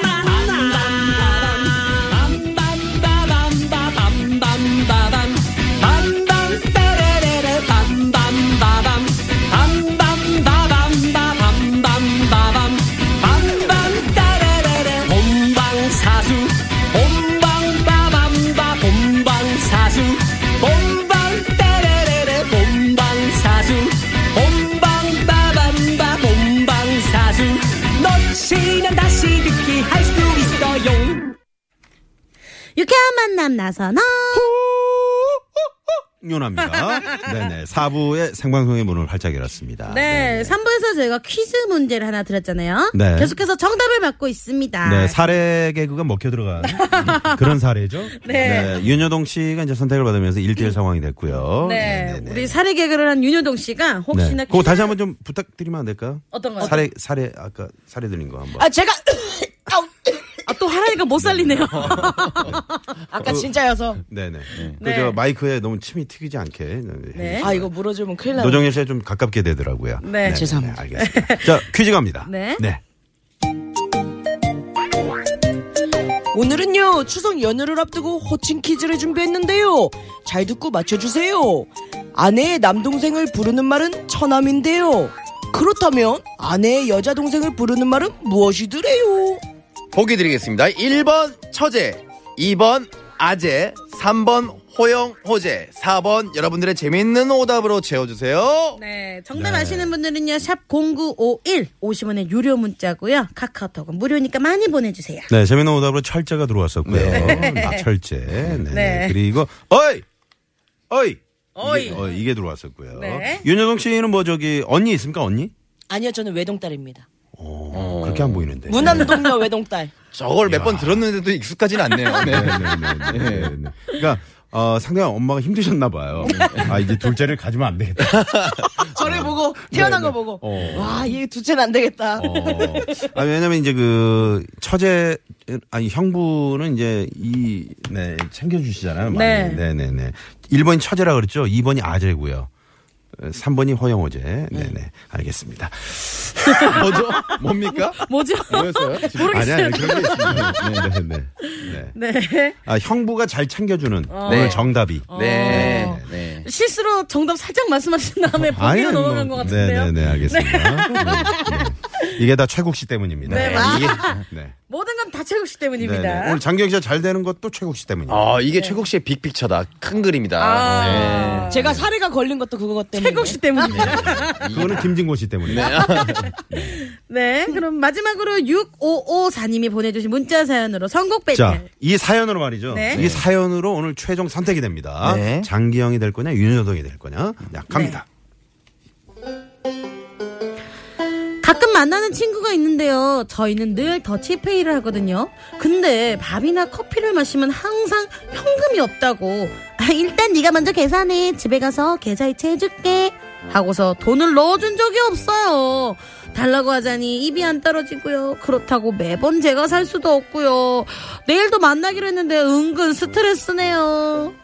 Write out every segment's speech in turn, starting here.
만남 빰빰빠밤빠밤빠밤빠밤 빰빰빠라라라 빰빰빠밤 빰빰빠밤빠밤빠밤 빰빰따라라라 본방사수 본방빠밤빠 본방사수 본방따라라라 본방사수 본방빠밤빠 본방사수 놓치면 다시 듣기 할 수 있어요 유쾌한 만남 나선홍. 윤합니다. 네네. 4부의 생방송의 문을 활짝 열었습니다. 네, 3부에서 저희가 퀴즈 문제를 하나 드렸잖아요. 네. 계속해서 정답을 받고 있습니다. 네, 사례 개그가 먹혀 들어간 그런 사례죠. 네. 음. 윤여동 씨가 이제 선택을 받으면서 1대1 상황이 됐고요. 네, 네네네. 우리 사례 개그를 한 윤효동 씨가 네. 혹시나 그거 퀴즈- 다시 한번 좀 부탁드리면 안 될까요? 어떤 거요? 사례, 사례, 아까 사례 드린 거 한번. 아 제가 아, 또 하라니까 못 살리네요. 아까 진짜여서 네네. 네. 그저 마이크에 너무 침이 튀기지 않게. 네. 아 이거 물어주면 큰일 나요. 노정일 씨에 좀 가깝게 되더라고요. 네네네. 죄송합니다. 알겠습니다. 자, 퀴즈 갑니다. 네. 네. 오늘은요 추석 연휴를 앞두고 호칭 퀴즈를 준비했는데요. 잘 듣고 맞춰주세요. 아내의 남동생을 부르는 말은 처남인데요. 그렇다면 아내의 여자 동생을 부르는 말은 무엇이더래요? 보기 드리겠습니다. 1번 처제, 2번 아재, 3번 호영 호재, 4번 여러분들의 재미있는 오답으로 채워주세요. 네, 정답 아시는 분들은요. 샵 0951 50원의 유료 문자고요. 카카오톡은 무료니까 많이 보내 주세요. 네, 재미있는 오답으로 철제가 들어왔었고요. 네. 마철제. 네. 네. 그리고 어이, 어이, 어이. 이게, 어, 이게 들어왔었고요. 네. 윤여동 씨는 뭐 저기 언니 있습니까 언니? 아니요 저는 외동딸입니다. 어, 그렇게 안 보이는데. 무남동녀 외동딸. 저걸 몇 번 들었는데도 익숙하진 않네요. 네, 네. 네, 네, 네, 네. 그러니까 어, 상당히 엄마가 힘드셨나 봐요. 네. 아 이제 둘째를 가지면 안 되겠다. 저를 보고 태어난 거 보고 어. 와 얘 두째는 안 되겠다. 어. 아 왜냐면 이제 그 처제 아니 형부는 이제 이 네, 챙겨주시잖아요. 많이. 네. 네, 네, 네. 1번이 처제라 그랬죠. 2번이 아재고요. 3번이 허영호제. 네, 네. 알겠습니다. 네. 뭐죠? 뭡니까? 뭐죠? 뭐였어요? 모르겠어요. 아니, 아니, 그런 게 있습니다. 네, 네, 네. 네. 네. 아, 형부가 잘 챙겨주는 어. 오늘 정답이. 네. 네. 실수로 정답 살짝 말씀하신 다음에 아니요, 보기로 넘어간 뭐, 것 같은데요. 네, 네, 네, 알겠습니다. 네, 네. 이게 다 최국 씨 때문입니다. 네, 맞- 이게, 네. 모든 건 다 최국 씨 네, 때문입니다. 네. 오늘 장경 씨가 잘 되는 것도 최국 씨 때문입니다. 아 이게 최국 씨의 빅픽처다. 큰 그림이다. 아. 네. 제가 사례가 걸린 것도 그거 때문에. 최국 씨 때문입니다. 그거는 김진고 씨 때문에. 네, 그럼 마지막으로 6554님이 보내주신 문자 사연으로 선곡 자, 배틀. 이 사연으로 말이죠. 네. 이 사연으로 오늘 최종 선택이 됩니다. 네. 장기영이 될 거냐, 윤여동이 될 거냐. 자, 갑니다. 네. 가끔 만나는 친구가 있는데요. 저희는 늘 더치페이를 하거든요. 근데 밥이나 커피를 마시면 항상 현금이 없다고. 아, 일단 네가 먼저 계산해. 집에 가서 계좌이체 해줄게. 하고서 돈을 넣어준 적이 없어요. 달라고 하자니 입이 안 떨어지고요. 그렇다고 매번 제가 살 수도 없고요. 내일도 만나기로 했는데 은근 스트레스네요.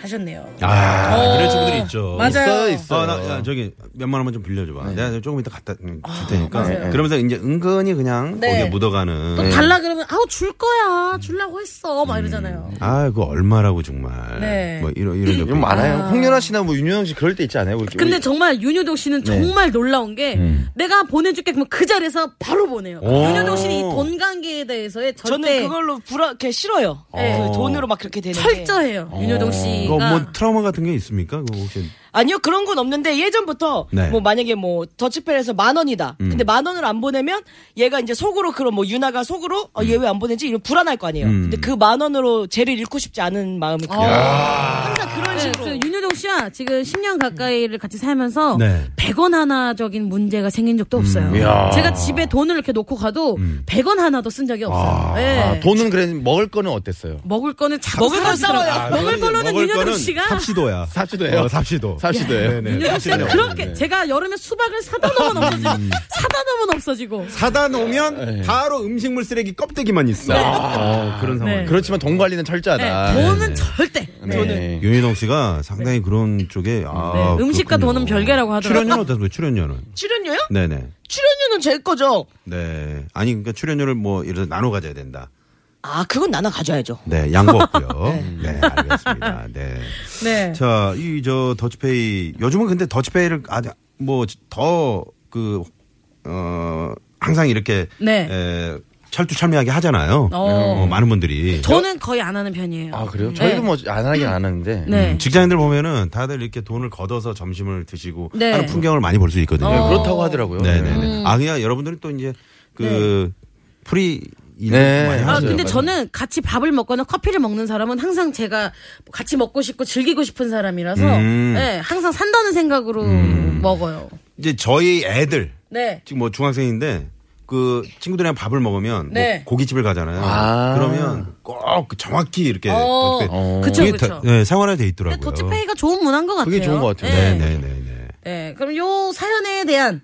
하셨네요. 아, 어, 그런 친구들 있죠. 맞아요. 있어 있어. 아, 나, 야, 저기 몇만 원만 좀 빌려줘봐. 내가 조금 이따 갖다 음, 줄 테니까. 그러면서 이제 은근히 그냥 아, 네. 거기에 묻어가는. 또 달라 그러면 아우 줄 거야 줄라고 했어 막 이러잖아요. 아, 그거 얼마라고 정말. 네. 뭐 이런 이런 적. 좀 많아요. 홍윤아 씨나 뭐 윤여정 씨 그럴 때 있지 않아요? 이렇게 근데 우리- 정말 윤효동 씨는 정말 놀라운 게 내가 보내줄게 그러면 그 자리에서 바로 보내요. 오. 윤효동 씨는 이 돈 관계에 대해서의 저는 절대 그걸로 불안, 이렇게 싫어요. 네. 그 돈으로 막 그렇게 되는. 게. 철저해요. 윤효동 그거 씨가 뭐 트라우마 같은 게 있습니까? 그거 혹시. 아니요 그런 건 없는데 예전부터 네. 음. 뭐 만약에 뭐 더치페이에서 만 원이다. 근데 만 원을 안 보내면 얘가 이제 속으로 그런 뭐 유나가 속으로 어, 음. 얘 왜 안 보내지 이런 불안할 거 아니에요. 근데 그 만 원으로 쟤를 잃고 싶지 않은 마음이 그 항상 그런 네, 식으로. 그래서 윤효동 씨와 지금 10년 가까이를 같이 살면서 네. 100원 하나적인 문제가 생긴 적도 없어요. 제가 집에 돈을 이렇게 놓고 가도 100원 하나도 쓴 적이 없어요. 네. 아, 돈은 그래 먹을 거는 어땠어요? 먹을 거는 자꾸 먹을 건 사가시더라고요. 아, 싸워요. 아, 먹을 걸로는 윤효동 씨가 삽시도야. 삽시도예요? 네, 어, 삽시도. 삽시도예요? 윤효동 씨는 네, 그렇게 네. 제가 여름에 수박을 사다 놓으면 없어지고 음. 사다 놓으면 없어지고 사다 놓으면 네. 바로 음식물 쓰레기 껍데기만 있어. 아, 그런 상황. 네. 그렇지만 돈 관리는 철저하다. 네, 돈은 절대 저는 윤희동 씨가 상당히 그런 쪽에 아, 네, 음식과 그렇군요. 돈은 별개라고 하더라고요. 출연료는 어떠세요? 출연료는 출연료요? 네네 출연료는 제 거죠. 네 아니 그러니까 출연료를 뭐 이래서 나눠 가져야 된다. 아, 그건 나나 가져야죠. 네 양보 없고요. 네 알겠습니다. 네. 네. 자, 이 저 더치페이 요즘은 근데 더치페이를 아주 뭐더그 어, 항상 이렇게 네. 에, 철두철미하게 하잖아요. 어. 네. 어, 많은 분들이 저는 거의 안 하는 편이에요. 아 그래요? 저희도 네. 뭐 음, 안 하긴 안 하는데 네. 직장인들 보면은 다들 이렇게 돈을 걷어서 점심을 드시고 네. 어. 하는 풍경을 많이 볼 수 있거든요. 네, 그렇다고 하더라고요. 네네네. 음. 아 그냥 여러분들은 또 이제 그 프리 일도 뭐 네. 많이 아, 하죠. 근데 맞아요. 저는 같이 밥을 먹거나 커피를 먹는 사람은 항상 제가 같이 먹고 싶고 즐기고 싶은 사람이라서 음. 네, 항상 산다는 생각으로 음. 먹어요. 이제 저희 애들 네. 지금 뭐 중학생인데 그 친구들이랑 밥을 먹으면 뭐 네. 고깃집을 가잖아요. 아. 그러면 꼭그 정확히 이렇게 어. 그렇게 어. 그쵸, 그게 그쵸. 다- 네, 생활화돼 있더라고요. 더치페이가 좋은 문화인 것 같아요. 그게 좋은 것 같아요. 네. 네, 네, 네, 네. 네, 그럼 요 사연에 대한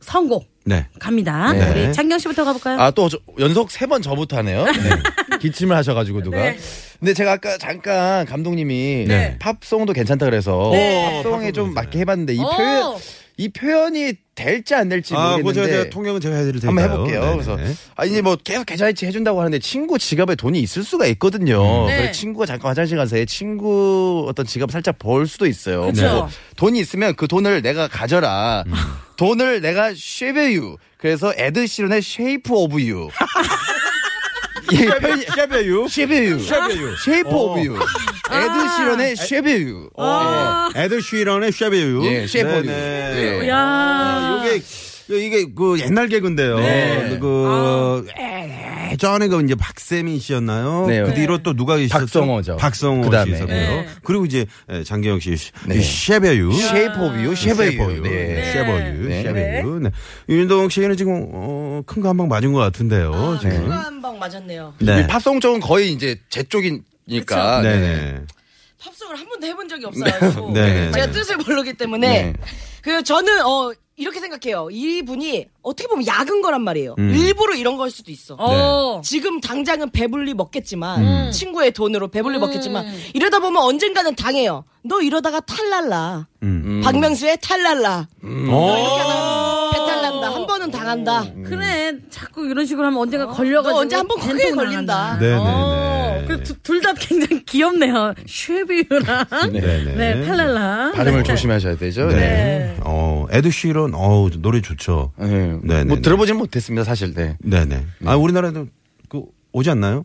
선곡 네. 갑니다. 네. 우리 장경 씨부터 가볼까요? 아 또 연속 세 번 저부터 하네요. 네. 기침을 하셔가지고 누가. 네. 근데 제가 아까 잠깐 감독님이 네. 팝송도 괜찮다 그래서 네. 팝송에 팝송도 좀 맞게 해봤는데 이 오. 표현 이 표현이 될지 안 될지 아, 그거 제가, 모르겠는데 제가 통역은 제가 해드릴 테니까. 한번 해볼게요. 그래서 네, 아 이제 뭐 계속 계좌이체 해준다고 하는데 친구 지갑에 돈이 있을 수가 있거든요. 네. 그래서 친구가 잠깐 화장실 가서 애 친구 어떤 지갑 살짝 볼 수도 있어요. 그쵸. 그래서 돈이 있으면 그 돈을 내가 가져라. 돈을 내가 쉐베유. 그래서 에드 시런의 쉐이프 오브 유. 쉐베유 쉐베유 쉐베유 쉐이프 오브 유. 아. 에드 시런의 쉐베유. 애들 쉬런의 쉐베유. 예, 쉐베유. 네. 예. 어. 야. 이게 네, 이게 그 옛날 개그인데요. 네. 그 예전에 그 이제 박세민 씨였나요? 아. 네. 그 네. 뒤로 또 누가 계셨죠? 박성호죠. 박성호 씨 그다음에. 있었고요. 네. 그리고 이제 예, 장기영 씨 네. 쉐베유. 쉐이프 오브 유. 쉐베유. 네. 쉐베유. 네. 쉐베유. 네. 윤동 씨는 지금 어, 큰 거 한 방 맞은 것 같은데요. 어, 지금. 아, 한방 맞았네요. 네. 이 팝송 쪽은 거의 이제 제 쪽이니까. 네. 네. 네. 팝송을 한 번도 해본 적이 없어가지고 네, 네, 제가 네. 뜻을 모르기 때문에 네. 그 저는 어 이렇게 생각해요. 이분이 어떻게 보면 약은 거란 말이에요. 음. 일부러 이런 걸 수도 있어. 어. 지금 당장은 배불리 먹겠지만 친구의 돈으로 배불리 먹겠지만 이러다 보면 언젠가는 당해요. 너 이러다가 탈랄라. 네. 음. 음. 박명수의 탈랄라. 너 이렇게 하다 배탈 난다. 한 번은 당한다. 그래 음. 자꾸 이런 식으로 하면 언젠가 걸려가지고 너 언제 한번 크게 된통 걸린다. 당한다. 네, 네, 어, 네. 둘 다 굉장히 귀엽네요. 쉐비유랑 네, 네. 네, 팔랄라. 발음을 조심하셔야 되죠. 네. 네. 어, 에드 쉬런 어, 노래 좋죠. 네. 네, 뭐 네, 들어보진 못했습니다, 사실. 네. 네네. 아 우리나라도 그 오지 않나요?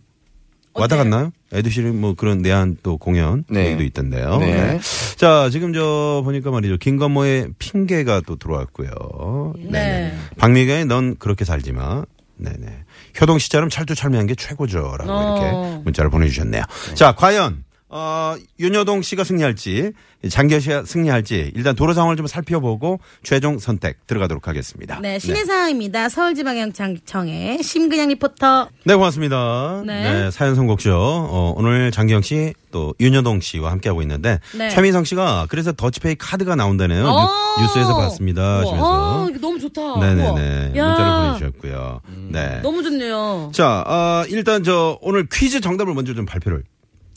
와닿았나요? 에드시는 뭐 그런 내한 또 공연 네. 얘기도 있던데요. 네. 네. 자 지금 저 보니까 말이죠 김건모의 핑계가 또 들어왔고요. 네네. 박미경의 넌 그렇게 살지마. 네네. 효동 씨처럼 철두철미한 게 최고죠라고 이렇게 문자를 보내주셨네요. 자 과연 어, 윤여동 씨가 승리할지 장기현 씨가 승리할지 일단 도로 상황을 좀 살펴보고 최종 선택 들어가도록 하겠습니다. 네, 신의 사항입니다. 서울지방향청의 심근양 리포터. 네, 고맙습니다. 네. 네. 사연 선곡쇼. 어, 오늘 장기영 씨, 또 윤여동 씨와 함께하고 있는데, 네. 최민성 씨가 그래서 더치페이 카드가 나온다네요. 어. 뉴, 스에서 봤습니다. 하시면서. 어, 이거 너무 좋다. 네네네. 우와. 문자를 야. 보내주셨고요. 네. 너무 좋네요. 자, 아, 일단 저 오늘 퀴즈 정답을 먼저 좀 발표를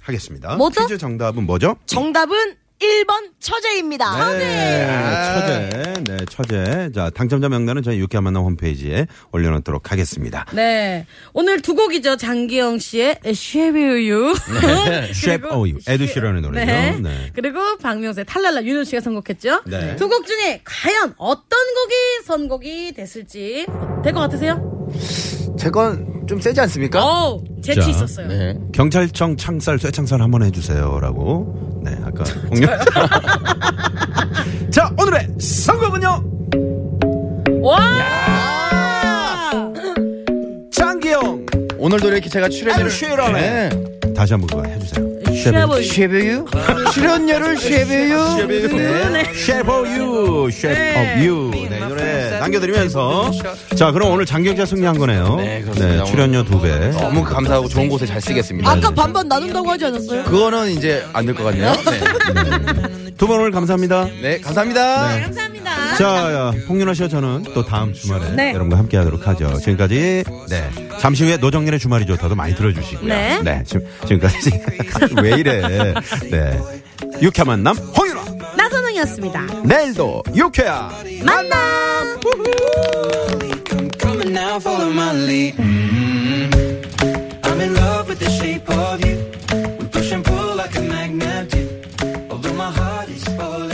하겠습니다. 뭐죠? 퀴즈 정답은 뭐죠? 정답은 1번 처제입니다. 네, 처제. 네, 처제. 자, 당첨자 명단은 저희 유쾌한 만남 홈페이지에 올려놓도록 하겠습니다. 네. 오늘 두 곡이죠. 장기영 씨의 쉐비유. 네. 쉐프 오유. 에드시런의 노래죠. 네. 네. 그리고 박명수의 탈랄라 윤호 씨가 선곡했죠. 네. 두 곡 중에 과연 어떤 곡이 선곡이 됐을지 될 것 같으세요? 제건 좀 세지 않습니까? 어우, 재치 자, 있었어요. 네. 경찰청 창살 쇠창살 한번 해주세요라고 네 아까 홍영 자 오늘의 선곡은요 와! 장기영 오늘도 이렇게 제가 출연료를 쉐이라네. 다시 한번 그거 해주세요 쉐비유. 쉐베유 출연료를 네. 쉐베유 네. 네. 쉐보 유 쉐보 유네 노래 남겨드리면서 자 그럼 오늘 장경자 승리한 거네요 네, 그렇습니다. 출연료 두배 너무 감사하고 좋은 곳에 잘 쓰겠습니다. 네. 아까 반반 나눈다고 하지 않았어요? 그거는 이제 안 될 것 같네요. 네. 두 번 오늘 감사합니다 네, 감사합니다. 감사합니다. 자, 홍윤아 씨와 저는 또 다음 주말에 네. 여러분과 함께 하도록 하죠. 지금까지, 네. 잠시 후에 노정렬의 주말이 좋다도 많이 들어주시고요. 네. 지금, 지금까지. 왜 이래. 네. 유쾌한 만남, 홍윤아! 나선홍이었습니다. 내일도 유쾌한! 만나! I'm coming now, follow my lead. Mm-hmm. I'm in love with the shape of you. We push and pull like a magnet do. Although my heart is falling.